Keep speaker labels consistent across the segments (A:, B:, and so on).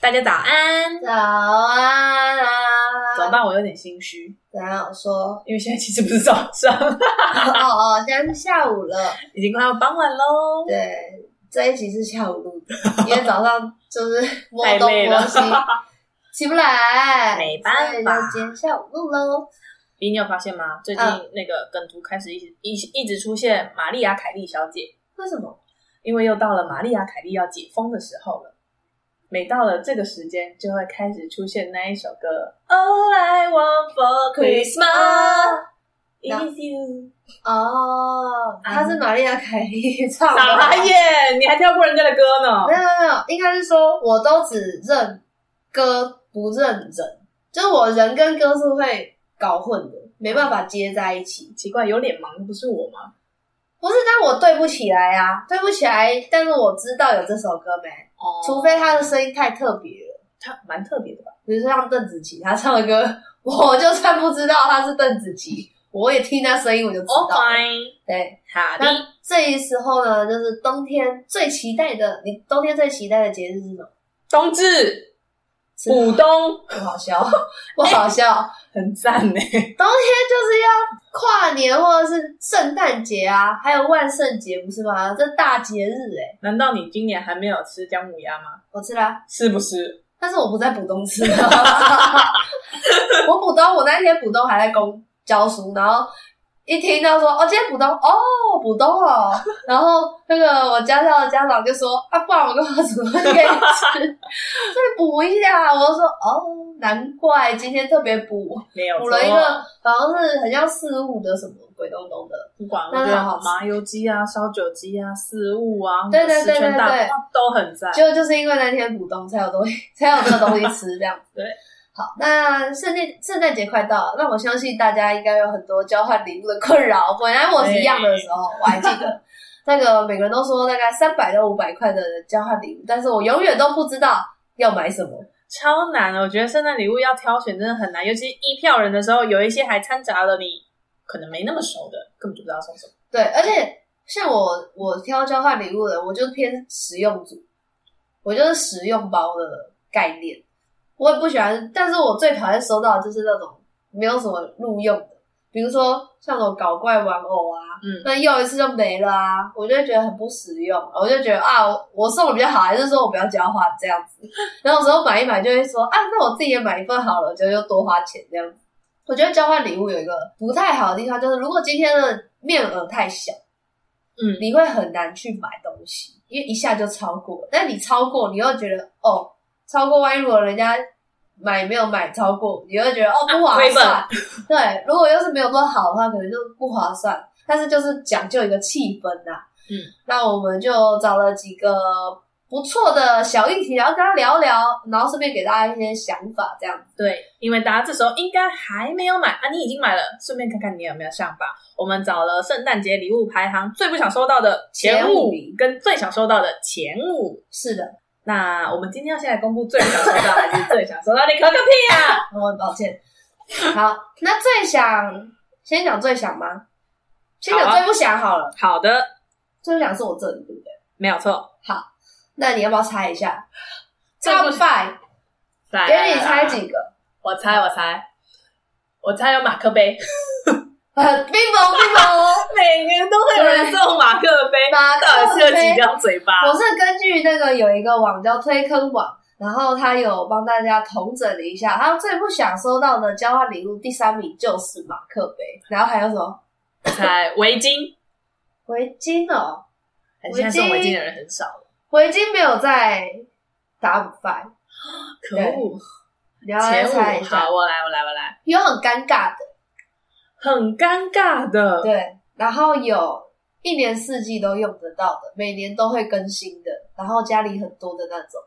A: 大家早安。
B: 早安啊！
A: 怎么办？我有点心虚，
B: 怎样说？
A: 因为现在其实不是早上，
B: 哦哦哦，现在是下午了。
A: 已经快要傍晚喽。
B: 对，这一集是下午录的， 因为早上就是摸
A: 太
B: 东
A: 累
B: 摸
A: 了
B: 西，起不来，
A: 没办法
B: 所以就今天下午录喽。
A: 咦，哎你有发现吗？最近
B: 嗯
A: 那个梗图开始一直一一直出现玛丽亚凯莉小姐，
B: 为什么？
A: 因为又到了玛丽亚凯莉要解封的时候了。每到了这个时间，就会开始出现那一首歌《All I Want for Christmas
B: 啊
A: Is You》。
B: 哦，她
A: 嗯
B: 是玛丽亚凯莉唱的。
A: 傻
B: 没
A: 眼，你还跳过人家的歌呢？
B: 有没有没有，应该是说我都只认歌不认人，就是我人跟歌是会搞混的，没办法接在一起。
A: 奇怪，有脸盲的不是我吗？
B: 不是，但我对不起来啊，对不起来。但是我知道有这首歌没，
A: 哦
B: 除非他的声音太特别了，
A: 他蛮特别的吧？
B: 比如说像邓紫棋，她唱的歌， 我就算不知道她是邓紫棋，我也听她声音我就知
A: Oh
B: 道。
A: fine，
B: 对，
A: 好
B: 那
A: 的。
B: 这一时候呢，就是冬天最期待的，你冬天最期待的节日是什么？
A: 冬至，
B: 吃
A: 股 东
B: 不好笑，不好笑，
A: 很赞呢。
B: 就是要跨年或者是圣诞节啊，还有万圣节不是吗？这大节日哎、
A: 难道你今年还没有吃姜母鸭吗？
B: 我吃啦、
A: 是不是？
B: 但是我不在浦东吃， 我浦东我那天浦东还在公教书，然后一听到说哦今天浦东哦浦东哦，然后那个我家教的家长就说啊不然我跟我主任可以吃，再补一下，我就说哦难怪今天特别补
A: 没有
B: 补了一
A: 错
B: 个好像是很像四五的什么鬼东东的，
A: 不管，我
B: 那
A: 觉
B: 很好
A: 得
B: 吃
A: 麻油鸡啊、烧酒鸡啊、四物啊、
B: 对对对
A: 四川大
B: 对对
A: 锅都很赞。
B: 就就是因为那天股东才有东西， 才有这个东西吃这样。
A: 对，
B: 好，那圣诞圣诞节快到了，那我相信大家应该有很多交换礼物的困扰。本来我是一样的时候，我还记得那个每个人都说大概三百到五百块的交换礼物，但是我永远都不知道要买什么。
A: 超难的，我觉得圣诞礼物要挑选真的很难，尤其一票人的时候，有一些还掺杂了你可能没那么熟的，根本就不知道送什么。
B: 对，而且像我我挑交换礼物的，我就偏实用组，我就是实用包的概念。我也不喜欢，但是我最讨厌收到的就是那种没有什么录用的，比如说像那种搞怪玩偶啊，
A: 嗯
B: 那用一次就没了啊，我就会觉得很不实用，我就觉得啊，我我送的比较好，还是说我不要交换这样子。然后有时候买一买就会说啊，那我自己也买一份好了，就又多花钱这样子。我觉得交换礼物有一个不太好的地方，就是如果今天的面额太小，
A: 嗯，
B: 你会很难去买东西，因为一下就超过。但你超过，你又觉得哦，超过万一如果人家买没有买超过，你会觉得哦不划
A: 亏本
B: 算。对，如果要是没有做好的话，可能就不划算。但是就是讲究一个气氛呐、
A: 嗯，
B: 那我们就找了几个不错的小议题，然后跟他聊聊，然后顺便给大家一些想法，这样子。
A: 对，因为大家这时候应该还没有买啊，你已经买了，顺便看看你有没有上榜。我们找了圣诞节礼物排行最不想收到的前
B: 前五
A: 五
B: 名，
A: 跟最想收到的前五。
B: 是的，
A: 那我们今天要先来公布最不想收到还是最想收到？你可个屁啊！
B: 我很抱歉。好，那最想先讲最想吗？先讲
A: 好啊
B: 最不想好了。
A: 好的，
B: 最不想是我这里，对不对？
A: 没有错。
B: 那你要不要猜一下
A: 最
B: ？Top
A: 不
B: five，
A: 来
B: 给你猜，
A: 来来
B: 几个？
A: 我猜，我猜，我猜有马克杯，
B: 呃，冰雹，冰哦雹。
A: 每年都会有人送马克杯，
B: 马
A: 到
B: 克
A: 底是有几
B: 杯，
A: 条 嘴巴？
B: 我是根据那个有一个网叫推坑网，然后他有帮大家统整了一下，他最不想收到的交换礼物第三名就是马克杯，然后还有什么
A: 我猜围巾，
B: 围巾哦，
A: 还是现在送围巾的人很少了，
B: 围巾没有在 Top five，
A: 可恶！
B: 你要来
A: 前
B: 猜
A: 五
B: 一下
A: 好，，我来，我来，我来。
B: 有很尴尬的，
A: 很尴尬的。
B: 对，然后有一年四季都用得到的，每年都会更新的，然后家里很多的那种，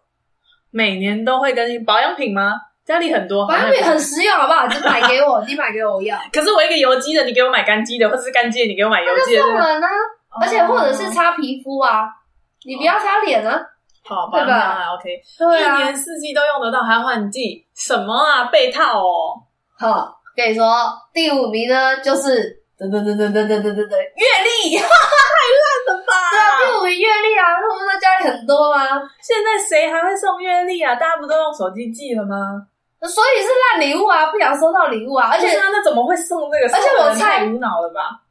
A: 每年都会更新保养品吗？家里很多，
B: 反正也很实用，好不好？你就买给我，你买给我 我要，
A: 可是我一个油肌的，你给我买干肌的，或是干肌的，你给我买油肌的，
B: 送人啊，
A: 哦
B: 而且或者是擦皮肤啊，你不要擦脸啊，
A: 好保养品啊，OK，
B: 对
A: 一
B: 啊，
A: 年四季都用得到，还换季？什么啊，被套哦，
B: 好，跟你说，第五名呢就是。噔噔噔噔噔噔噔噔噔，阅历，对
A: 真的吧？
B: 啊，第录音月历啊，那不是在家里很多吗？
A: 现在谁还会送月历啊？大家不都用手机寄了吗？
B: 所以是烂礼物啊，不想收到礼物啊，而
A: 不
B: 且
A: 是啊，那怎么会送这个？
B: 而且
A: 送
B: 我
A: 的人
B: 猜
A: 太无脑了吧？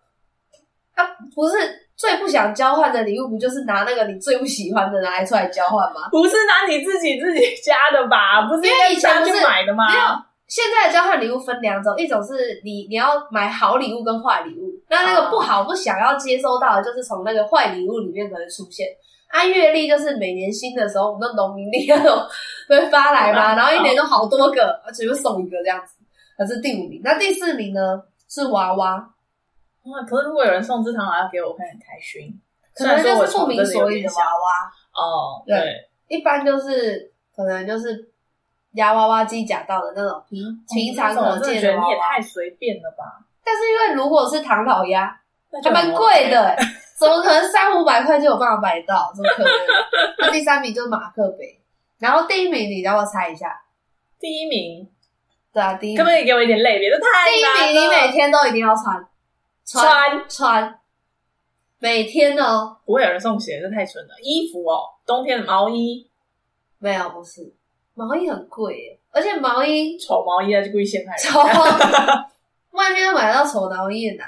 B: 啊，不是最不想交换的礼物，不就是拿那个你最不喜欢的拿来出来交换吗？
A: 不是拿你自己自己家的吧？不是
B: 因为
A: 应该
B: 以前
A: 家
B: 不
A: 去
B: 是
A: 买的吗？
B: 没有，现在的交换礼物分两种，一种是你你要买好礼物跟坏礼物，那那个
A: 哦
B: 不好不想要接收到的，就是从那个坏礼物里面可能出现。按、月历就是每年新的时候，我们那农民历那种都会发来 嘛，
A: 嗯
B: 然后一年都好多个，只会送一个这样子。可是第五名，那第四名呢是娃娃，
A: 哇！啊可是如果有人送只螳螂给我，我会很开心。
B: 可能
A: 虽然说
B: 就是不明所以的娃娃，
A: 哦，
B: 对
A: 对，
B: 一般就是可能就是压娃娃机夹到的那种
A: 嗯
B: 平平常可
A: 我哦真的
B: 见
A: 觉
B: 哦的
A: 得
B: 娃
A: 你也
B: 娃。
A: 太随便了吧？
B: 但是因为如果是唐老鸭，
A: 那就
B: 还蛮贵的、欸，怎么可能三五百块就有办法买到？怎么可能？那第三名就是马克杯，然后第一名你让我猜一下，
A: 第一名，
B: 对啊，第一
A: 可
B: 名，
A: 不可以给我一点类别？这太
B: 第一
A: 难
B: 名你
A: 了。
B: 每天都一定要穿，
A: 穿
B: 穿，每天哦，
A: 不会有人送鞋，这太蠢了。衣服哦，冬天的毛衣，
B: 没有不是，毛衣很贵、欸，而且毛衣
A: 丑毛衣，那啊就故意陷害人。
B: 丑，外面买到丑毛衣也难，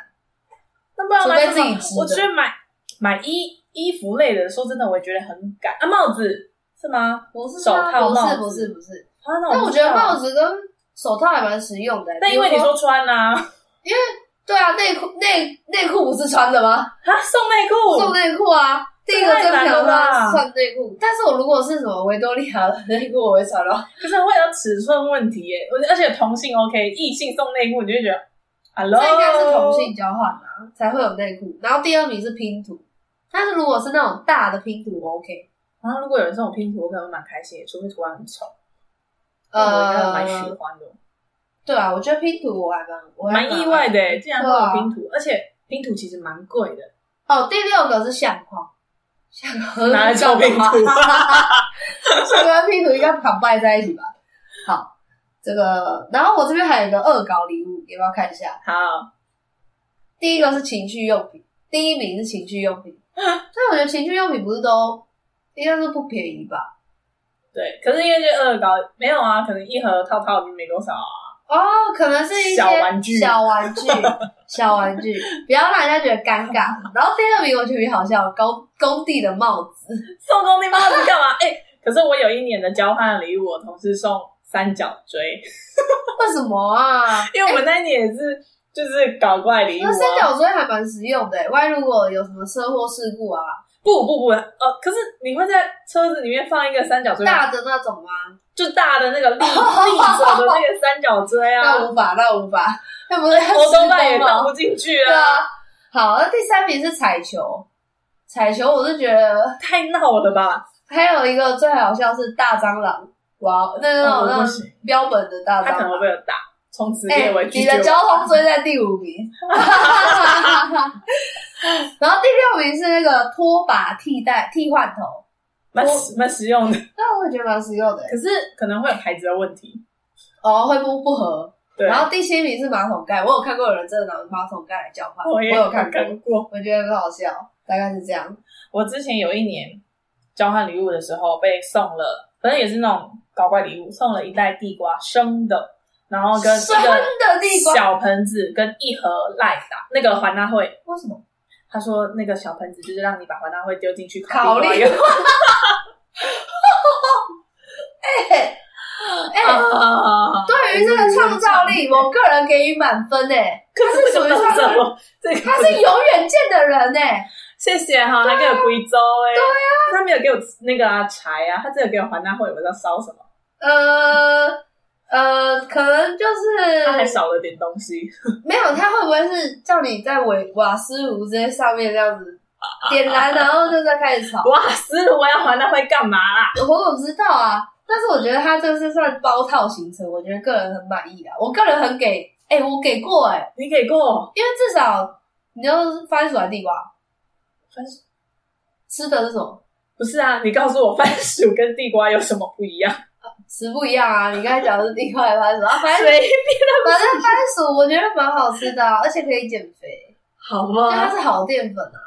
A: 那不然买
B: 除非
A: 什么
B: 自己织的
A: 我觉得买买衣衣服类的，说真的，我也觉得很赶啊。帽子是吗？
B: 不是
A: 手
B: 吗
A: 套
B: 不是
A: 帽子
B: 不是不是，
A: 啊，那
B: 但
A: 我
B: 我
A: 不
B: 觉
A: 知道
B: 得帽，子跟手套还蛮实用的欸、
A: 但因为
B: 比
A: 你
B: 如
A: 说穿啊，
B: 对啊，内裤内内裤不是穿的吗？
A: 啊送内裤，
B: 送内裤啊，第一个真想说穿内裤，但是我如果是什么维多利亚的内裤，我会穿咯。
A: 可是会有尺寸问题耶，而且同性 OK，异性送内裤你就会觉得
B: 这
A: ，hello，
B: 应该是同性交换啊，才会有内裤。然后第二名是拼图，但是如果是那种大的拼图我，OK，
A: 然后如果有人送我拼图，我可能会蛮开心的，除非图案很丑，我应该会蛮喜
B: 呃，
A: 欢的，
B: 对啊，我觉得拼图我还蛮我还
A: 蛮意外的耶，竟然会
B: 对啊
A: 有拼图，而且拼图其实蛮贵的，
B: 哦。第六个是相框，相框
A: 拿来做拼图
B: 相框拼图应该绑拜在一起吧？好，这个，然后我这边还有一个恶搞礼物，你要不要看一下？
A: 好，
B: 第一个是情趣用品，第一名是情趣 用品。但我觉得情趣用品不是都应该是不便宜吧？
A: 对，可是因为这恶搞没有啊，可能一盒套套没多少啊，
B: 哦，可能是一些
A: 小玩具
B: 小玩 具、小玩具，不要让人家觉得尴尬。然后第二名我觉得也好笑，工工地的帽子，
A: 送工地帽子干嘛？哎、可是我有一年的交换礼物，我同事送三角锥，
B: 为什么 啊？
A: 因为我们那一年也是就是搞怪礼物、
B: 那
A: 啊，
B: 三角锥还蛮实用的、欸万一如果有什么车祸事故啊，
A: 不不不，呃，可是你会在车子里面放一个三角锥吗，
B: 大的那种啊吗？
A: 就大的 那个立立着的那个三角锥啊，
B: 那无法，那无法， 那不是
A: 我都再也放
B: 吗？
A: 不进去
B: 对
A: 啊，
B: 啊。好，那第三名是彩球，彩球我是觉得
A: 太闹了吧？
B: 还有一个最好笑是大蟑螂，哇，那个
A: 哦我
B: 那种
A: 不
B: 那
A: 行
B: 种标本的大
A: 他可
B: 蟑
A: 能
B: 螂。
A: 会被我打，从此
B: 哎、
A: 列为拒
B: 你
A: 绝
B: 的
A: 我。
B: 交通追在第 五名，然后第六名是那个拖把替代替换头，
A: 蛮实蛮实用的，
B: 那我也觉得蛮实用的。
A: 可是可能会有牌子的问题。
B: 哦，会不不合。
A: 对，
B: 然后第七名是马桶盖，我有看过有人真的拿马桶盖来交换，
A: 我
B: 我
A: 也
B: 有看过，
A: 看过，
B: 我觉得很好笑，大概是这样。
A: 我之前有一年交换礼物的时候被送了，反正也是那种搞怪礼物，送了一袋地瓜生的，然后哦跟一
B: 生
A: 个
B: 的地瓜，
A: 小盆子跟一盒赖打那个环大会。
B: 为什么？
A: 他说那个小盆子就是让你把环大会丢进去
B: 烤
A: 地瓜
B: 栗
A: 用
B: 哎、哎、
A: 啊
B: 对于这个创造 力，我个人给予满分哎诶、
A: 可是
B: 他是属于
A: 这个
B: 创造
A: 怎么？这个
B: 他是永远见的人欸呢、
A: 谢谢哈，还给我贵州哎，对啊，他没有给我那个啊柴啊，他只有给我环大会，我不知道烧什么，
B: 呃呃，可能就
A: 他还
B: 是
A: 少了点东西。
B: 没有，他会不会是叫你在瓦瓦斯炉这些上面这样子
A: 啊
B: 点燃，然后就在开始炒？
A: 哇，死了，我要环大会干嘛啦？
B: 我怎么知道啊？但是我觉得他这是算包套行程，我觉得个人很满意啊。我个人很给，哎、我给过哎、
A: 你给过
B: 因为至少你就是番薯还是地瓜，
A: 番薯
B: 吃的是什么？
A: 不是啊？你告诉我番薯跟地瓜有什么不一样？
B: 吃不一样啊！你刚才讲的是地瓜还是番薯啊？反正
A: 谁？
B: 反正番薯我觉得蛮好吃的啊、而且可以减肥，
A: 好
B: 因为它
A: 吧，
B: 是好淀粉啊。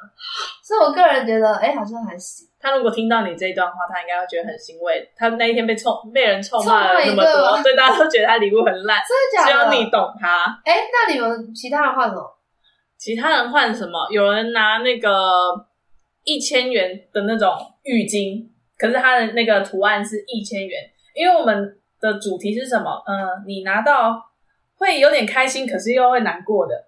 B: 所以我个人觉得，哎、好像还行。
A: 他如果听到你这一段话，他应该会觉得很欣慰。他那一天被臭被人臭骂了那么
B: 臭骂一
A: 多，
B: 个
A: 所以大家都觉得他礼物很烂，
B: 真的
A: 只
B: 假的？
A: 有你。懂他。
B: 哎、那你们其他人换什么？
A: 其他人换什么？有人拿那个一千元的那种浴巾，可是它的那个图案是一千元，因为我们的主题是什么？嗯、你拿到会有点开心，可是又会难过的，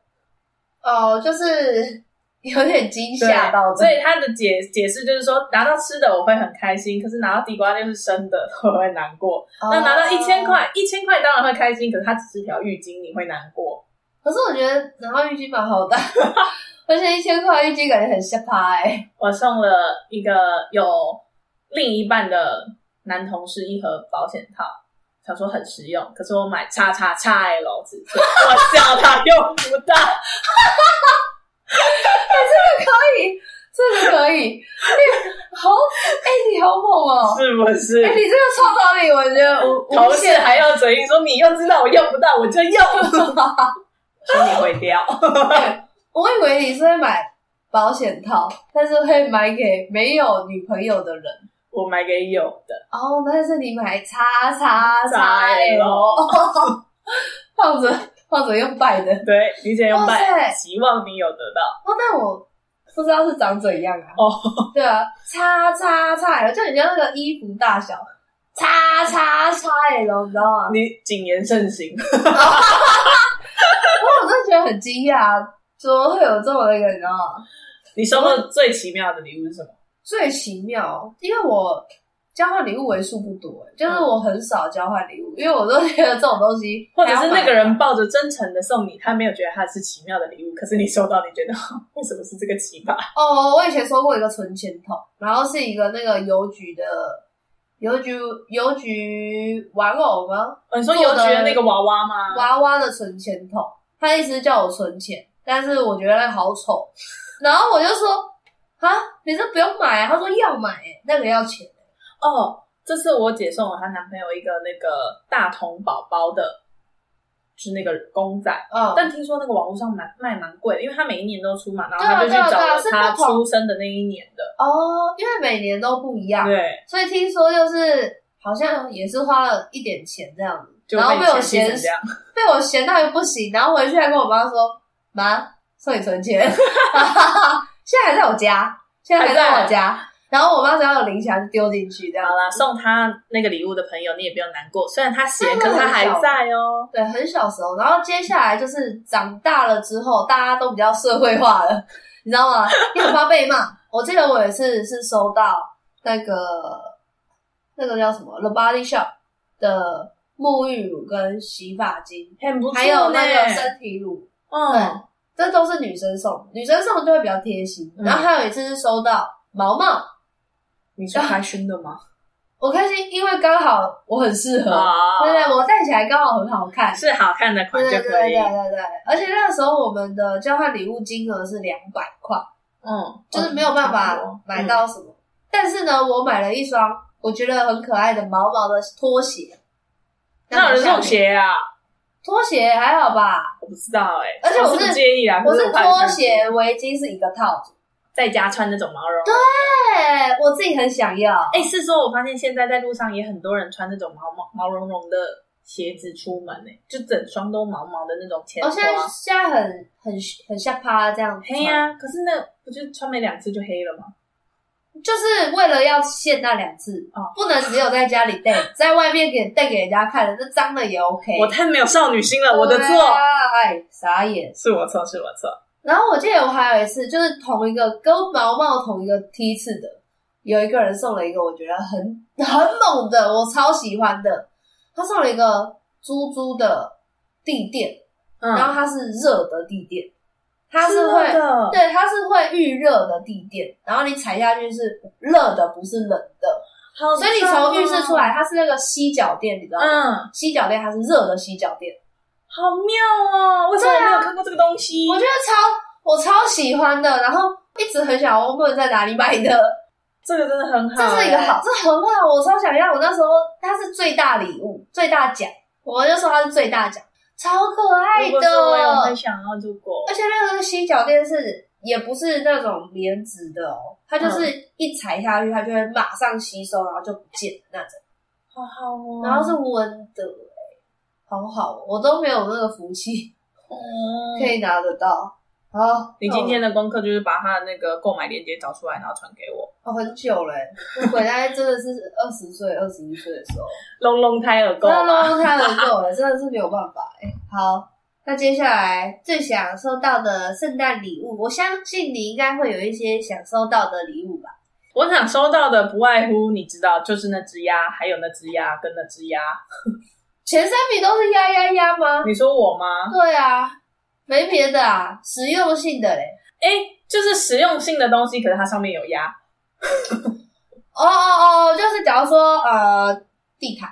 B: 哦，就是有点惊
A: 对
B: 吓到的，
A: 所以他的解解释就是说，拿到吃的我会很开心，可是拿到地瓜就是生的 我会难过。
B: 哦
A: 那拿到一千。块，一千块当然会开心，可是它只是条浴巾，你会难过。
B: 可是我觉得拿到浴巾蛮好 的，而且一千块浴巾感觉很下趴哎。
A: 我送了一个有另一半的男同事一盒保险套，想说很实用，可是我买叉叉叉 L 尺寸，我笑他用不到。
B: 这个可以，你好，哎、你好猛哦、
A: 是不是
B: 哎、？你这个创造力，我觉得无
A: 同
B: 无
A: 事
B: 限。
A: 还要嘴硬说你又知道我用不到，我 就用，说你会掉。
B: 我以为你是会买保险套，但是会买给没有女朋友的人。
A: 我买给有的，
B: 哦，但是你买叉叉叉
A: 叉
B: L，放着放着用拜的。
A: 对，理解用
B: 哇塞
A: 拜，希望你有得到。
B: 哦，但我不知道是长怎样啊。
A: 哦，
B: 对啊，叉叉叉 L，就人家那个衣服大小，叉叉叉 L，你知道吗？
A: 你谨言慎行，
B: 我真的觉得很惊讶，怎么会有这么那个，你知道吗？
A: 你收过最奇妙的礼物是什么？
B: 最奇妙，因为我交换礼物为数不多、欸
A: 嗯
B: 就是我很少交换礼物，因为我都觉得这种东西
A: 或者
B: 还要买，
A: 是那个人抱着真诚的送你，他没有觉得他是奇妙的礼物，可是你收到，你觉得 为什么是这个奇葩？
B: 哦，我以前收过一个存钱筒，然后是一个那个邮局的邮局邮局玩偶吗？
A: 哦、你说邮局的那个娃娃吗？
B: 娃娃的存钱筒，他一直叫我存钱，但是我觉得那个好丑，然后我就说啊，你这不用买、啊，他说要买、那个要钱，
A: 哦，这是我姐送我她男朋友一个哦那个大童宝宝的，就是那个公仔。
B: 嗯，
A: 但听说那个网络上蛮卖蛮贵的，因为他每一年都出嘛，然后
B: 对啊
A: 他就去
B: 对
A: 找
B: 啊对啊
A: 了
B: 是
A: 他
B: 不同
A: 出生的那一年的。
B: 哦，因为每年都不一样，
A: 对，
B: 所以听说就是好像也是花了一点钱这样子，
A: 就
B: 然后被我
A: 嫌
B: 嫌
A: 弃成这样。
B: 被我嫌到又不行，然后回去还跟我妈说，妈，送你存钱， 现在还在我家，现在还在我家，然后我妈只要有零钱就丢进去这样
A: 好
B: 子，
A: 啦，送他那个礼物的朋友，你也不用难过。虽然他闲，
B: 真的
A: 可是他还
B: 很少
A: 在哦。
B: 对，很小时候，然后接下来就是长大了之后，大家都比较社会化了，你知道吗？你很怕被骂。我记得我有一次是收到那个那个叫什么 The Body Shop 的沐浴乳跟洗发精，
A: 很不错
B: 还有那个
A: 呢
B: 身体乳，
A: 嗯
B: 对，这都是女生送，女生送就会比较贴心。
A: 嗯
B: 然后还有一次是收到毛毛，
A: 你是开心的吗？
B: 我开心，因为刚好我很适合，
A: 啊
B: 对对，我戴起来刚好很好看。
A: 是 好看的款
B: 对嗯
A: 就
B: 对
A: 可
B: 对
A: 以。
B: 对对，而且那个时候我们的交换礼物金额是两百块，
A: 嗯，
B: 就是没有办法买到什么。但是呢，我买了一双我觉得很可爱的毛毛的拖鞋。
A: 嗯。那有人送？鞋啊？
B: 拖鞋还好吧，
A: 我不知道哎、
B: 而且我
A: 我
B: 是
A: 是不介意啊，
B: 我
A: 可
B: 是
A: 怕你
B: 拖
A: 生气
B: 鞋围巾是一个套组，
A: 在家穿那种毛绒。对，
B: 对哎我自己很想要。
A: 哎、是说我发现现在在路上也很多人穿那种毛毛毛茸茸的鞋子出门哎、就整双都毛毛的那种前
B: 我、
A: 花。
B: 哦现在现在很很很下趴这样子穿，
A: 黑呀、可是那不就穿没两次就黑了吗？
B: 就是为了要限那两次，
A: 哦
B: 不能只有在 家里戴，在外面给戴给人家看的，那脏的也 OK。
A: 我太没有少女心了，我的错，
B: 对啊哎，傻眼。
A: 是我错，是我错。
B: 然后我记得我还有一次，就是同一个跟毛毛同一个梯次的，有一个人送了一个我觉得很 很猛的，我超喜欢的，他送了一个猪猪的地垫，然
A: 嗯，
B: 后它是热的地垫，它是
A: 那
B: 会。
A: 个
B: 对，它是会预热的地垫，然后你踩下去是热的，不是冷的，
A: 好
B: 所以你
A: 棒哦
B: 从浴室出来，，它是那个吸脚垫，你知道吗？
A: 嗯，
B: 吸脚垫它是热的吸脚垫，
A: 好妙哦！为什么我没有看过这个东西？
B: 我觉得超我超喜欢的，然后一直很想问问在哪里买 的，
A: 这个真的很好、欸
B: 这是一个好，，这很好，我超想要。我那时候它是最大礼物，最大奖，我就说它是最大奖，超可爱
A: 如果是我也
B: 的
A: 会。想要如果
B: 而且那个吸脚垫是也不是那种棉质的哦，它
A: 嗯
B: 就是一踩下去，它就会马上吸收，然后就不见的那种。
A: 好好哦
B: 然后是温的、欸，好好哦，我都没有那个福气 可
A: 可以。
B: 以拿得到。好，
A: 嗯你今天的功课就是把他的那个购买链接找出来，然后传给我。
B: 哦很久嘞、我回来真的是二十岁、二十一岁的时候，
A: 隆隆胎儿购
B: 真的
A: 吧，
B: 弄太难过了，真的是没有办法哎、好，那接下来最想收到的圣诞礼物，我相信你应该会有一些想收到的礼物吧？
A: 我想收到的不外乎你知道，就是那只鸭，还有那只鸭跟那只鸭。
B: 前三名都是鸭鸭鸭吗？
A: 你说我吗？
B: 对啊，没别的啊，实用性的嘞。
A: 哎，就是实用性的东西，可是它上面有鸭。
B: 哦哦哦，就是假如说呃，地毯，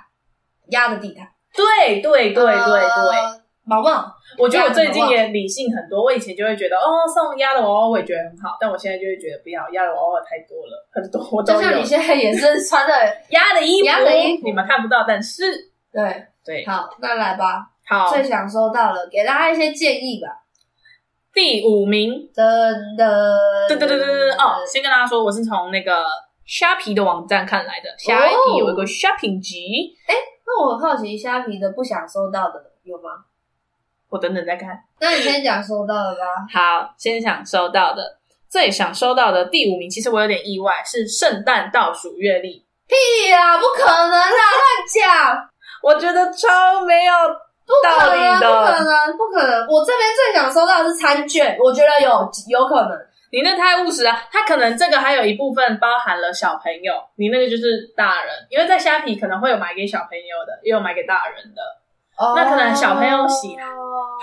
B: 鸭的地毯，
A: 对对对对对，
B: 呃毛毛，
A: 我觉得我最近也理性很多。我以前就会觉得，哦，送鸭的娃娃我也觉得很好，但我现在就会觉得不要，鸭的娃娃太多了，很多 我都
B: 就
A: 有
B: 像。你现在也是穿的，
A: 鸭的衣服，
B: 鸭的衣服
A: 你们看不到，但是
B: 对，
A: 对，
B: 好，那来吧，
A: 好，
B: 最想收到了，给大家一些建议吧。
A: 第五名，
B: 噔噔，
A: 对对对对对，哦，先跟大家说，我是从那个虾皮的网站看来的，
B: 哦
A: 虾皮有一个 shopping 集，
B: 那我好奇虾皮的不想收到的有吗？
A: 我等等再看。
B: 那你先讲收到的吧。
A: 好，先想收到的，最想收到的第五名，其实我有点意外，是圣诞倒数月历。哎
B: 屁啦，不可能啦，乱讲，
A: 我觉得超没有
B: 不
A: 道
B: 可能，
A: 理
B: 不
A: 的。
B: 可能，不可能。我这边最想收到的是餐券，我觉得有有可能。
A: 你那太务实了，他可能这个还有一部分包含了小朋友，你那个就是大人，因为在虾皮可能会有买给小朋友的，也有买给大人的，那可能小朋友喜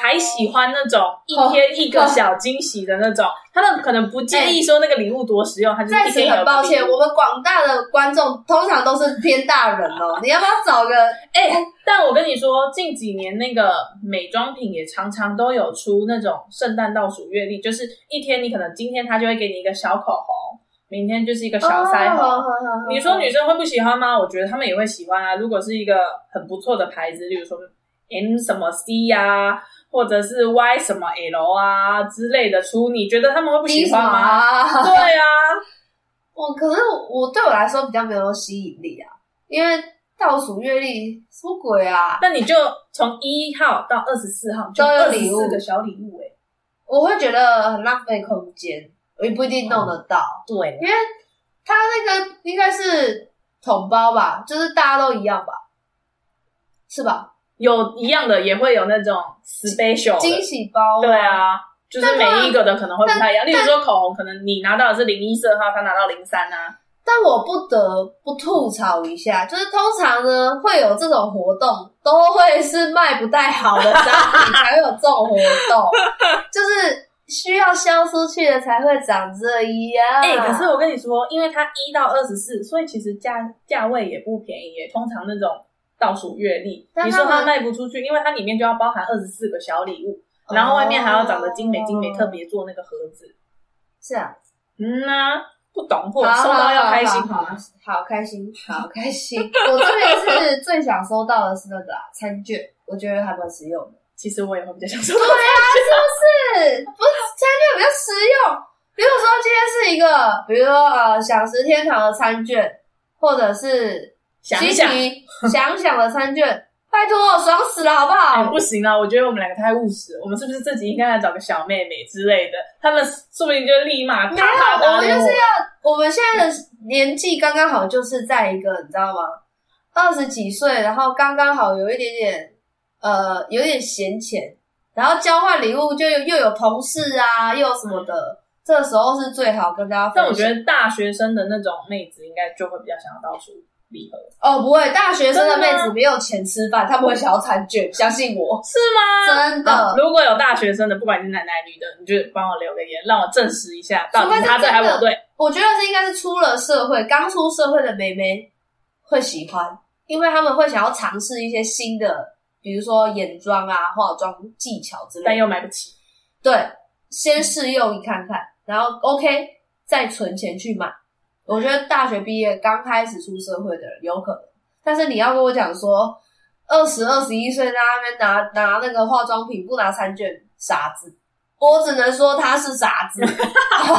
A: 还喜欢那种
B: 哦
A: 一天一个小惊喜的那种，他们可能不介意说那个礼物多实用，他就是
B: 在
A: 一
B: 此
A: 天有
B: 很抱歉，
A: 礼物
B: 我们广大的观众通常都是偏大人哦。你要不要找个？
A: 哎、但我跟你说，近几年那个美妆品也常常都有出那种圣诞倒数月历，就是一天你可能今天他就会给你一个小口红，明天就是一个 小腮红。
B: 哦好好好好
A: 你说女生会不喜欢吗？我觉得她们也会喜欢啊。如果是一个很不错的牌子，例如说 M 什么 C 呀、或者是 Y 什么 L 啊之类的出，你觉得他们会不喜欢吗？
B: 吗？
A: 对啊，
B: 我可是我对我来说比较没有吸引力啊，因为倒数月历什么鬼啊？
A: 那你就从一号到二十四号，就
B: 都有
A: 二十
B: 礼物
A: 四个小礼物哎、
B: 我会觉得很浪费空间，我也不一定弄得到。
A: 对，
B: 它那个应该是桶包吧，就是大家都一样吧，是吧？
A: 有一样的也会有那种 special
B: 惊
A: 的，
B: 喜包，
A: 对，啊。就是
B: 但
A: 每一个的可能会不太一样，例如说口红，可能你拿到的是零一色号，他拿到零三啊，
B: 但我不得不吐槽一下，就是通常呢会有这种活动，都会是卖不太好的商品才会有这种活 动，就是需要销出去的才会长这样。
A: 哎、可是我跟你说，因为它一到二十四，所以其实价价位也不便宜耶。通常那种倒数月历，
B: 但
A: 你
B: 他
A: 说它
B: 们
A: 卖不出去，因为它里面就要包含二十四个小礼物，然后外面还要长得精美精
B: 哦
A: 美，特别做那个盒子。
B: 这样，
A: 嗯呐、不懂货，
B: 好
A: 收到要开心。
B: 好好好好好开心， 好开心。我这边是最想收到的是那个啊餐券，我觉得还蛮实用的。
A: 其实我也会比较想收
B: 对
A: 到。
B: 啊，是不是？不是餐券比较实用。比如说今天是一个，比如说呃，享食天堂的餐券，或者是
A: 想
B: 西
A: 想，
B: 奇想想的餐券，拜托，爽死了，好不
A: 哎、
B: 好？
A: 不行了，我觉得我们两个太务实，我们是不是自己应该来找个小妹妹之类的？他们说不定就立马
B: 没
A: 啪啪
B: 有，我
A: 打
B: 们
A: 脸
B: 就
A: 我。
B: 是要，我们现在的年纪刚刚好，就是在一个你知道吗？二十几岁，然后刚刚好有一点点，呃，有点闲钱，然后交换礼物就有又有同事啊，又有什么的，这时候是最好跟大家分享。
A: 但我觉得大学生的那种妹子应该就会比较想要倒数礼盒，
B: 哦，不会，大学生的妹
A: 真的
B: 子没有钱吃饭，他们会想要餐券，相信我，
A: 是吗？
B: 真
A: 啊
B: 的。
A: 如果有大学生的，不管你是男男女的，你就帮我留个言，让我证实一下到
B: 除非
A: 底
B: 是
A: 他对还是
B: 真的
A: 我对。
B: 我觉得这应该是出了社会，刚出社会的妹妹会喜欢，因为他们会想要尝试一些新的，比如说眼妆啊、化妆技巧之
A: 但
B: 类的。
A: 又买不起，
B: 对，先试用看看，然后 OK 再存钱去买。我觉得大学毕业刚开始出社会的人有可能，但是你要跟我讲说，二十二十一岁在那边拿拿那个化妆品不拿餐券，傻子。我只能说他是傻 子，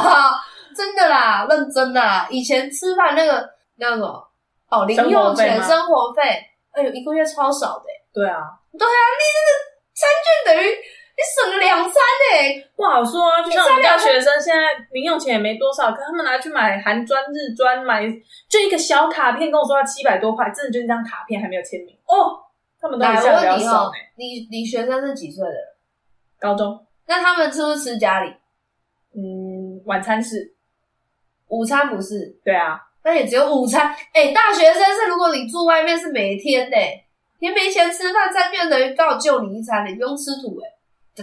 B: 真的啦，认真啦。以前吃饭那个那个什么哦，零用
A: 生活费
B: 钱、
A: 吗
B: 生活费，哎呦，一个月超少的、
A: 对啊，
B: 欸，就等于你省了两餐欸呢、
A: 不好说啊。就像我们家学生现在零用钱也没多少，可他们拿去买韩专、日专，买就一个小卡片，跟我说要七百多块，真的就是一张卡片还没有签名哦。他们都
B: 来，
A: 一
B: 我
A: 下比较
B: 问你哦、
A: 少欸呢、
B: 你你学生是几岁的人？
A: 高中，
B: 那他们是不是吃家里
A: 嗯，晚餐是，
B: 午餐？不是，
A: 对啊，
B: 那也只有午餐。哎、大学生是如果你住外面是每天的、你没钱吃饭，餐券等于告就你一餐，你不用吃土哎、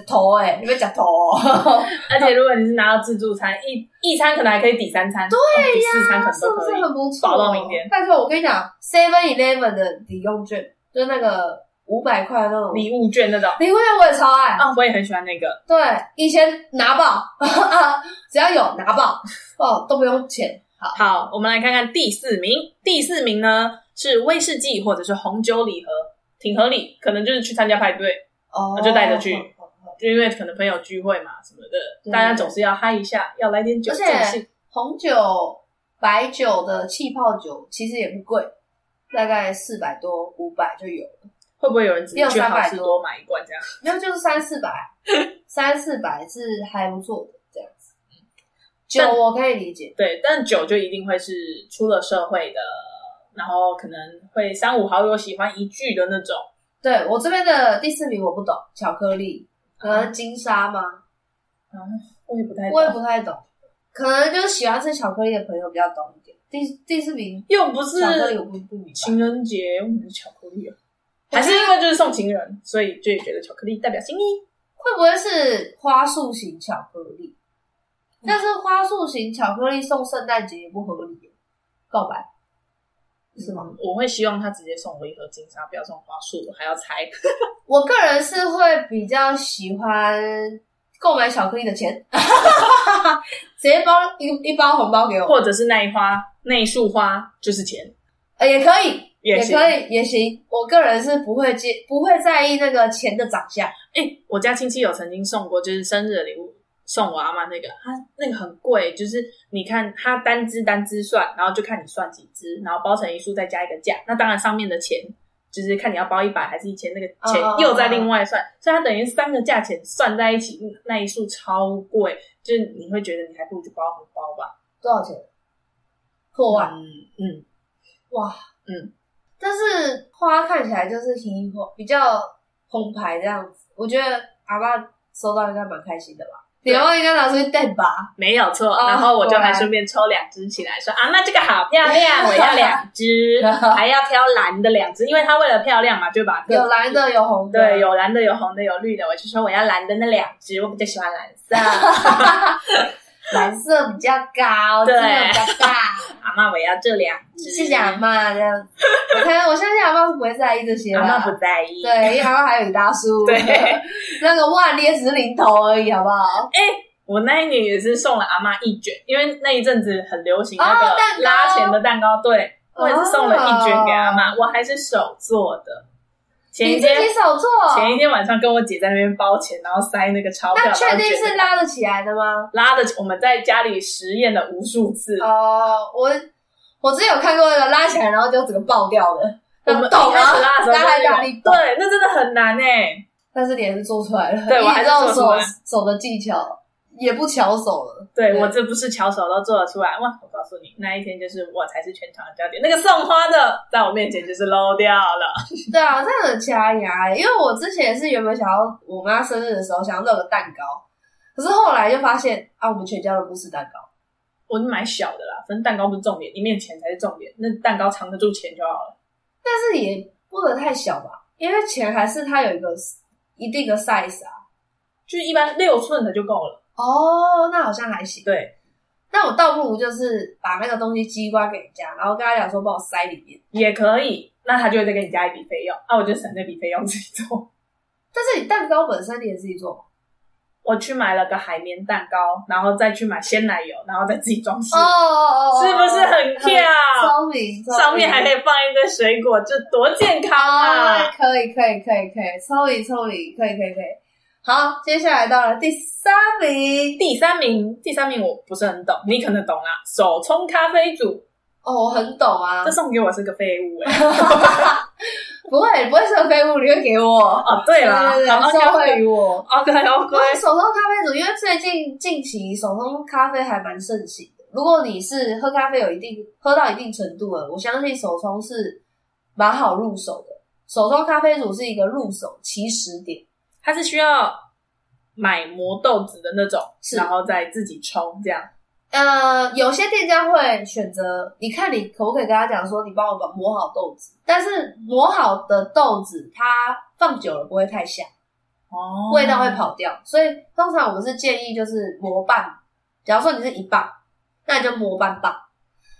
B: 欸，头哎、你别讲头 哦、
A: 而且如果你是拿到自助餐，一一餐可能还可以抵三餐，对呀、抵四餐可能
B: 是
A: 都
B: 不
A: 可
B: 是
A: 以。
B: 很不错？
A: 保到明天
B: 但是我跟你讲，Seven Eleven 的抵用券，就是那个五百块那种
A: 礼物券那种
B: 礼物券，我也超爱。
A: 啊，我也很喜欢那个，
B: 对，以前拿爆， 只要有拿爆，哦都不用钱。好，
A: 好，我们来看看第四名。第四名呢是威士忌或者是红酒礼盒，挺合理，可能就是去参加派对，
B: 哦
A: 那就带着去就因为可能朋友聚会嘛什么的，
B: 对
A: 大家总是要嗨一下，要来点酒
B: 嗯而
A: 助
B: 且
A: 兴。
B: 红酒、白酒的气泡酒其实也不贵，大概四百多、五百就有了，
A: 会不会有人只
B: 也
A: 是去
B: 有
A: 好
B: 300
A: 事
B: 多
A: 多买一罐这样？
B: 没有就是三四 百，三四百是还不错的这样子。酒
A: 但
B: 我可以理解，
A: 对，但酒就一定会是出了社会的，然后可能会三五好友喜欢一聚的那种。
B: 对我这边的第四名我不懂，巧克力可能金沙吗？
A: 我也不太
B: 我也
A: 懂，
B: 不太懂，可能就是喜欢吃巧克力的朋友比较懂一点。第第四名
A: 又不是
B: 巧克力我不不明白，
A: 情人节，我们是巧克力啊，
B: 我
A: 还是
B: 觉得
A: 因为就是送情人，所以就也觉得巧克力代表心意。
B: 会不会是花束型巧克力？
A: 嗯
B: 但是花束型巧克力送圣诞节也不合理耶，告白是吗？
A: 嗯我会希望他直接送我一盒金沙，不要送花束，我还要拆。
B: 我个人是会比较喜欢购买巧克力的 钱，直接包一一包红包给我，
A: 或者是那一花那一束花就是钱，
B: 呃，也可以。也
A: 行。
B: 可以，也行。我个人是不会接，不会在意那个钱的长相。
A: 哎、我家亲戚有曾经送过，就是生日的礼物送我阿妈那个，他那个很贵，就是你看他单只单只算，然后就看你算几只，然后包成一束再加一个价，那当然上面的钱。就是看你要包一百还是一千，那个钱
B: 嗯嗯嗯
A: 又再另外算，所以它等于三个价钱算在一起，那一束超贵，就是你会觉得你还不如去包红包吧。
B: 多少钱？破万、
A: 嗯嗯，
B: 哇，
A: 嗯。
B: 但是花看起来就是挺红，比较红牌这样子。我觉得阿爸收到应该蛮开心的吧。你
A: 对
B: 要应该拿出去带吧。
A: 没有错。
B: 哦
A: 然后我就还
B: 对
A: 顺便抽两只起来，说啊，那这个好漂 亮，我要两只，还要挑蓝的两只，因为它为了漂亮嘛，就把各
B: 有蓝的，有红的。
A: 对，有蓝的，有红的，有绿的。我就说我要蓝的那两只，我比较喜欢蓝色。
B: 蓝色比较高，
A: 对
B: 这个比较大。
A: 阿妈，我要这两只。
B: 谢谢阿妈这样子。我看，我相信阿妈是不会在意这些
A: 阿妈
B: 啦。
A: 不在意。
B: 对，因为阿妈还有李大叔。
A: 对，
B: 那个万也只是零头而已，好不好？
A: 我那一年也是送了阿妈一卷，因为那一阵子很流行
B: 哦
A: 那个
B: 蛋糕
A: 拉钱的蛋糕，对我也是送了一卷给阿妈，
B: 哦
A: 我还是手做的。前一
B: 你自
A: 天
B: 己手做，
A: 前一天晚上跟我姐在那边包钱，然后塞那个钞票，
B: 哦那确
A: 然后
B: 定
A: 卷
B: 是拉得起来的吗？
A: 拉的，我们在家里实验了无数次。
B: 哦，我我之前有看过那个拉起来，然后就整个爆掉的，
A: 我们一
B: 懂
A: 开
B: 啊
A: 始，拉的时候
B: 拉
A: 就
B: 太
A: 有
B: 大力，
A: 对，那真的很难哎、
B: 但是你还是做出来了，
A: 对我还是
B: 知道
A: 做出
B: 手
A: 来
B: 手的技巧，也不巧手了。
A: 对
B: 对
A: 我这不是巧手都做得出来哇！我告诉你，那一天就是我才是全场的焦点，那个送花的在我面前就是 low 掉了。
B: 对啊，这样很掐牙，欸因为我之前是原本想要我妈生日的时候想要弄个蛋糕，可是后来就发现啊，我们全家都不吃蛋糕。
A: 我就买小的啦，反正蛋糕不是重点，里面钱才是重点。那蛋糕藏得住钱就好了。
B: 但是也不能太小吧，因为钱还是它有一个一定的 size 啊。
A: 就是一般六寸的就够了。
B: 哦，那好像还行。
A: 对，
B: 那我倒不如就是把那个东西机关给人家，然后跟他讲说帮我塞里面。
A: 也可以。那他就会再给你加一笔费用，啊，我就省那笔费用自己做。
B: 但是你蛋糕本身你也自己做吗
A: 我去买了个海绵蛋糕，然后再去买鲜奶油，然后再自己装饰，
B: 哦
A: 是不是很
B: 漂亮？
A: 跳？
B: 聪明，聪明哦
A: 上面还可以放一堆水果，这多健康啊！
B: 啊，可以可以可以可以，聪明聪明，可以可以可以。好，接下来到了第三名
A: 第三名，第三名我不是很懂，你可能懂啦。手冲咖啡组，
B: 哦，我很懂啊
A: 这，送给我是个废物 哎、
B: 不会不会是个废物，你会给我，
A: 哦，对啦，
B: 对对
A: 好
B: 对，受惠于我。
A: OK OK，
B: 关于手冲咖啡组，因为最近近期手冲咖啡还蛮盛行的。如果你是喝咖啡有一定喝到一定程度了，我相信手冲是蛮好入手的。手冲咖啡组是一个入手起始点，
A: 它是需要买磨豆子的那种，
B: 是
A: 然后再自己冲这样。
B: 呃，有些店家会选择，你看你可不可以跟他讲说，你帮我把磨好豆子，但是磨好的豆子它放久了不会太香，
A: 哦
B: 味道会。跑掉，所以通常我们是建议就是磨半，假如说你是一磅，那你就磨半磅，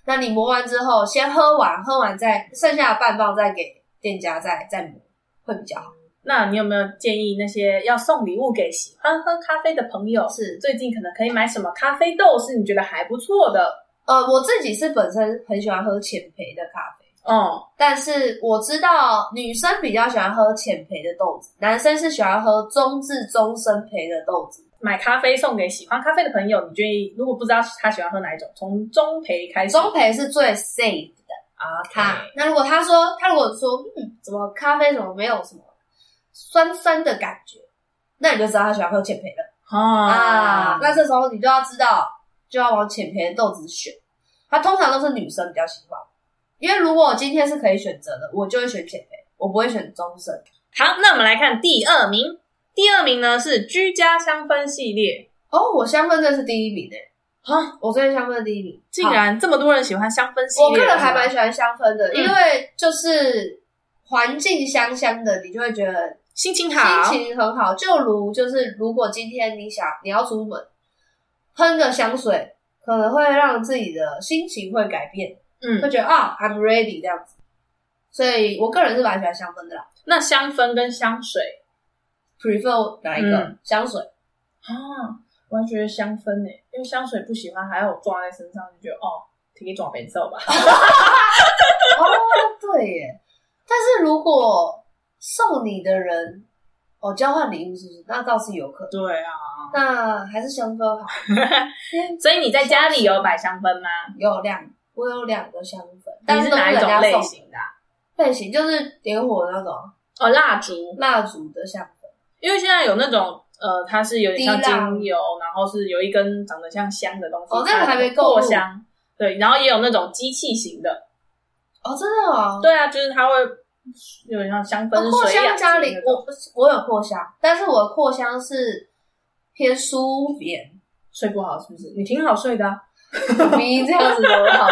B: 那你磨完之后先喝完，喝完再剩下的半磅再给店家再再磨，会比较好。
A: 那你有没有建议那些要送礼物给喜欢喝咖啡的朋友？
B: 是
A: 最近可能可以买什么咖啡豆是你觉得还不错的？
B: 呃，我自己是本身很喜欢喝浅焙的咖啡。
A: 嗯，
B: 但是我知道女生比较喜欢喝浅焙的豆子，男生是喜欢喝中至中深焙的豆子。
A: 买咖啡送给喜欢咖啡的朋友，你建议如果不知道他喜欢喝哪一种，从中培开始
B: 中焙是最 safe 的
A: 啊，
B: 咖。那如果他说他如果说嗯，怎么咖啡怎么没有什么酸酸的感觉，那你就知道他喜欢喝浅焙的啊。
A: 啊，
B: 那这时候你就要知道，就要往浅焙的豆子选。它通常都是女生比较喜欢，因为如果我今天是可以选择的，我就会选浅焙，我不会选中深。
A: 好，那我们来看第二名。第二名呢是居家香氛系列，
B: 哦，我香氛真的是第一名诶、欸
A: 啊，
B: 我最近香氛的第一名，
A: 竟然这么多人喜欢香氛系
B: 好！
A: 列，
B: 我个人还蛮喜欢香氛的，
A: 嗯
B: 因为就是环境香香的，你就会觉得
A: 心情好，
B: 心情很好。就如就是如果今天你想你要出门，喷个香水，可能会让自己的心情会改变，
A: 嗯
B: 会，觉得啊，I'm ready 这样子。所以我个人是蛮喜欢香氛的啦
A: 那香氛跟香水
B: ，prefer 哪一个、
A: 嗯
B: 香水？
A: 啊，我还觉得香氛呢、欸因为香水不喜欢，还有抓在身上，就觉得哦，挺给装没受吧。
B: 哦， 对耶。但是如果送你的人哦交换礼物，是不是？那倒是有可能。
A: 对啊，
B: 那还是香氛好，因为
A: 所以你在家里有摆香氛吗？
B: 有两，我有两个香氛，
A: 你
B: 但
A: 是
B: 都
A: 哪一
B: 人
A: 种
B: 家
A: 类
B: 送
A: 型的啊、
B: 的？类型就是点火那种
A: 哦，蜡烛，
B: 蜡烛的香氛，
A: 因为现在有那种呃，它是有点像
B: 滴蜡
A: 精油，然后是有一根长得像香的东西，
B: 哦那个还没购入
A: 扩香。对，然后也有那种机器型的，
B: 哦，真的哦。
A: 对啊，就是它会有点像香氛
B: 哦扩
A: 水
B: 香
A: 养
B: 家
A: 之类
B: 里
A: 的那，种
B: 我不是我有扩香，但是我的扩香是偏舒 眠，
A: 睡不好是不是？你挺好睡的、啊，
B: 逼这样子的好，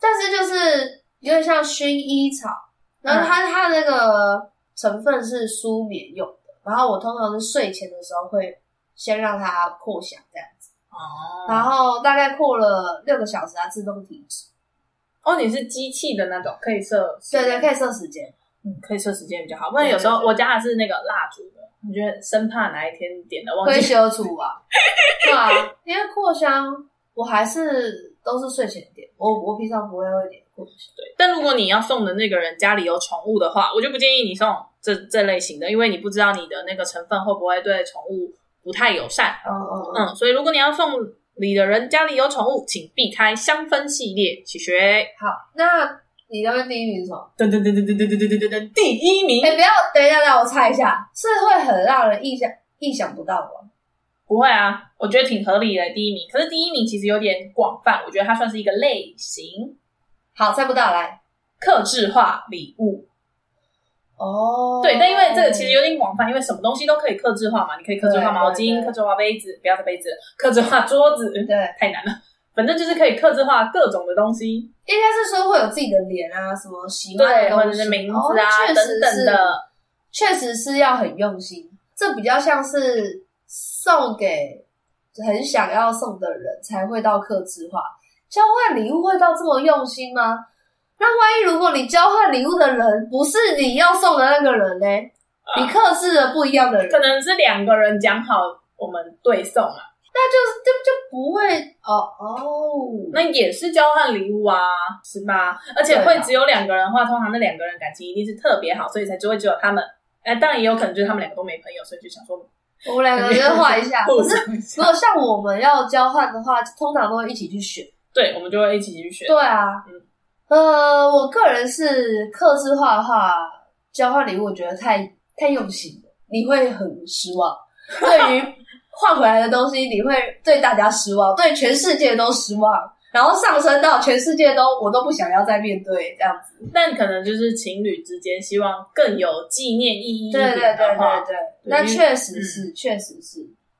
B: 但是就是有点像薰衣草，然后
A: 嗯
B: 它、它那个成分是舒眠用的，然后我通常是睡前的时候会先让它扩香这样子，
A: 哦
B: 然后大概扩了六个小时，它自动停止。
A: 哦，你是机器的那种，可以设时
B: 对
A: 间，
B: 对，可以设时间。
A: 嗯，可以设时间比较好。不然
B: 对
A: 有时候
B: 对对
A: 我家的是那个蜡烛的，我觉得生怕哪一天点了忘
B: 退
A: 记。
B: 休 族啊，对啊，因为扩香我还是都是睡前点，我我平常不会会点扩香。
A: 对，但如果你要送的那个人家里有宠物的话，我就不建议你送这这类型的，因为你不知道你的那个成分会不会对宠物不太友善。
B: 嗯嗯嗯，
A: 嗯，所以如果你要送礼的人家里有宠物，请避开香氛系列，起学。
B: 好，那你那边第一名是什么？
A: 噔噔噔噔噔噔噔噔噔噔噔，第一名
B: 哎、不要，等一下，让我猜一下，是会很让人意想意想不到吗？
A: 不会啊，我觉得挺合理的第一名。可是第一名其实有点广泛，我觉得它算是一个类型，
B: 好，猜不到，来。
A: 克制化礼物。
B: 哦
A: 对，但因为这个其实有点广泛，因为什么东西都可以克制化嘛，你可以克制化毛
B: 对对
A: 巾、
B: 对
A: 克制化杯子，不要再杯子了，克制化桌子，嗯
B: 对，
A: 太难了。反正就是可以克制化各种的东西，
B: 应该是说会有自己的脸啊，什么喜欢的
A: 对，
B: 东
A: 或
B: 西，
A: 者是名
B: 哦
A: 字啊、
B: 确实
A: 等等
B: 是
A: 的，
B: 确实是要很用心，这比较像是送给很想要送的人才会到克制化。交换礼物会到这么用心吗？那万一如果你交换礼物的人不是你要送的那个人呢？你克制了不一样的人，
A: 可能是两个人讲好我们对送嘛，
B: 那就是就就不会哦哦，
A: 那也是交换礼物啊，是吧？而且
B: 对
A: 会
B: 啊
A: 只有两个人的话，通常那两个人感情一定是特别好，所以才就会只有他们。哎，当然也有可能就是他们两个都没朋友，所以就想说
B: 我们两个就换一 下。
A: 互
B: 可是
A: 相
B: 如果像我们要交换的话，通常都会一起去选。
A: 对，我们就会一起去选。
B: 对啊，
A: 嗯
B: 呃，我个人是克制化的话，交换礼物我觉得太太用心了，你会很失望。对于换回来的东西，你会对大家失望，对全世界都失望，然后上升到全世界都我都不想要再面对这样子。
A: 但可能就是情侣之间希望更有纪念意义一
B: 对对
A: 点
B: 对
A: 的
B: 对
A: 话，
B: 对，嗯那确实是，确实是，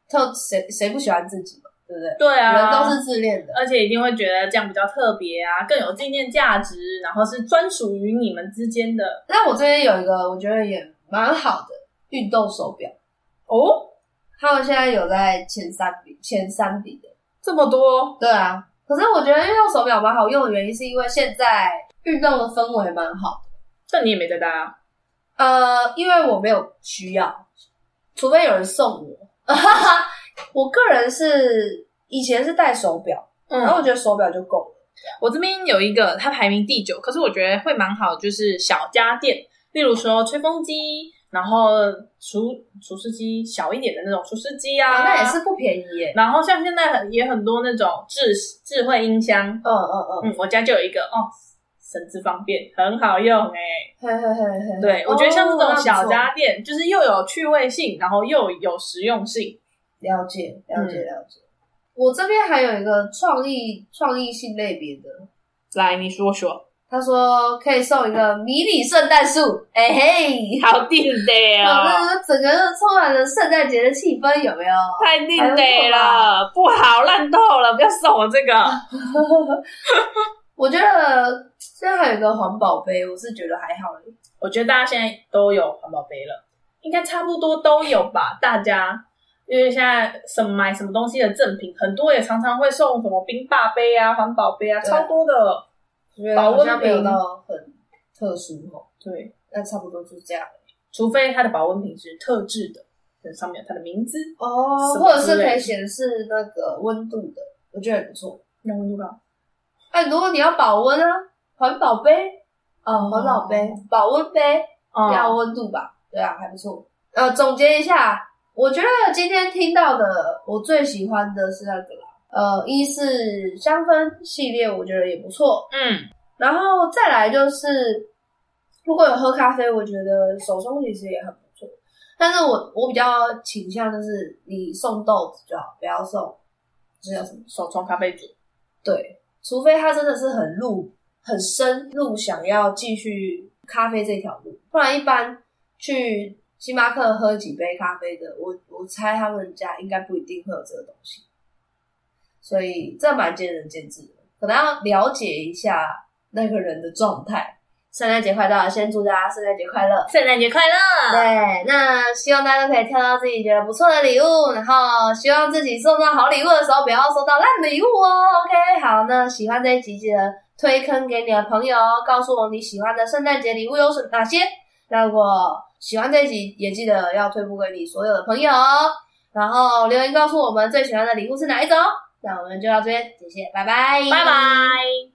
B: 特谁谁不喜欢自己嘛，对不对？
A: 对啊，
B: 人都是自恋的。
A: 而且一定会觉得这样比较特别啊，更有纪念价值，然后是专属于你们之间的
B: 那我这边有一个我觉得也蛮好的运动手表，
A: 哦，
B: 他们现在有在前三比前三比的，
A: 这么多，
B: 对啊。可是我觉得运动手表蛮好用的原因，是因为现在运动的氛围蛮好
A: 但你也没在搭啊，
B: 的。呃，因为我没有需要，除非有人送我。 我个人是以前是戴手表，然后我
A: 嗯，
B: 觉得手表就够了。
A: 我这边有一个，它排名第九，可是我觉得会蛮好，就是小家电，例如说吹风机，然后除除湿机小一点的那种除湿机啊，
B: 那也是不便宜耶。
A: 然后像现在很也很多那种智智慧音箱，
B: 嗯嗯嗯，
A: 嗯，我家就有一个哦，省之方便，很好用哎、
B: 嘿嘿嘿嘿。
A: 对，
B: 哦
A: 我觉得像这种小
B: 那不错
A: 家电，就是又有趣味性，然后又有实用性。
B: 了解，了
A: 嗯
B: 解，了解。我这边还有一个创意创意性类别的，
A: 来，你说说，
B: 他说可以送一个迷你圣诞树，哎、嘿，
A: 好啊定的哦
B: 好，那整个就充满了圣诞节的气氛，有没有？
A: 太定
B: 还不错吧，
A: 不好，烂透了，不要送我这个。
B: 我觉得现在还有一个环保杯，我是觉得还好耶。
A: 我觉得大家现在都有环保杯了，应该差不多都有吧，大家。因为现在什么买什么东西的赠品，很多也常常会送什么冰霸杯啊、环保杯啊，
B: 对
A: 超多的。
B: 我觉得
A: 保温
B: 好像没有
A: 瓶
B: 到很特殊哦，
A: 对，
B: 那差不多就这样
A: 除非它的保温瓶是特制的，就是上面有它的名字，
B: 哦
A: 什
B: 或
A: 么
B: 者
A: 之类的
B: 是可以显示那个温度的，我觉得也不错。
A: 那温度高。
B: 哎，如果你要保温啊，环保杯，
A: 哦
B: 环保杯，保温杯
A: 哦
B: 要温度吧？对啊，还不错。呃，总结一下，我觉得今天听到的，我最喜欢的是那个啦，呃，一是香氛系列，我觉得也不错。
A: 嗯，
B: 然后再来就是，如果有喝咖啡，我觉得手冲其实也很不错。但是我我比较倾向就是你送豆子就好，不要送这叫什么？
A: 手冲咖啡组。
B: 对，除非他真的是很入很深入，想要继续咖啡这条路，不然一般去星巴克喝几杯咖啡的，我我猜他们家应该不一定会有这个东西，所以这蛮见仁见智的，可能要了解一下那个人的状态。圣诞节快到了，先祝大家圣诞节快乐！
A: 圣诞节快乐！
B: 对，那希望大家都可以挑到自己觉得不错的礼物，然后希望自己收到好礼物的时候不要收到烂礼物哦。OK，好，那喜欢这一集记得推坑给你的朋友哦，告诉我你喜欢的圣诞节礼物有什哪些。那如果喜欢这一集，也记得要推播给你所有的朋友哦，然后留言告诉我们最喜欢的礼物是哪一种。那我们就到这边，谢谢，拜拜，
A: 拜拜。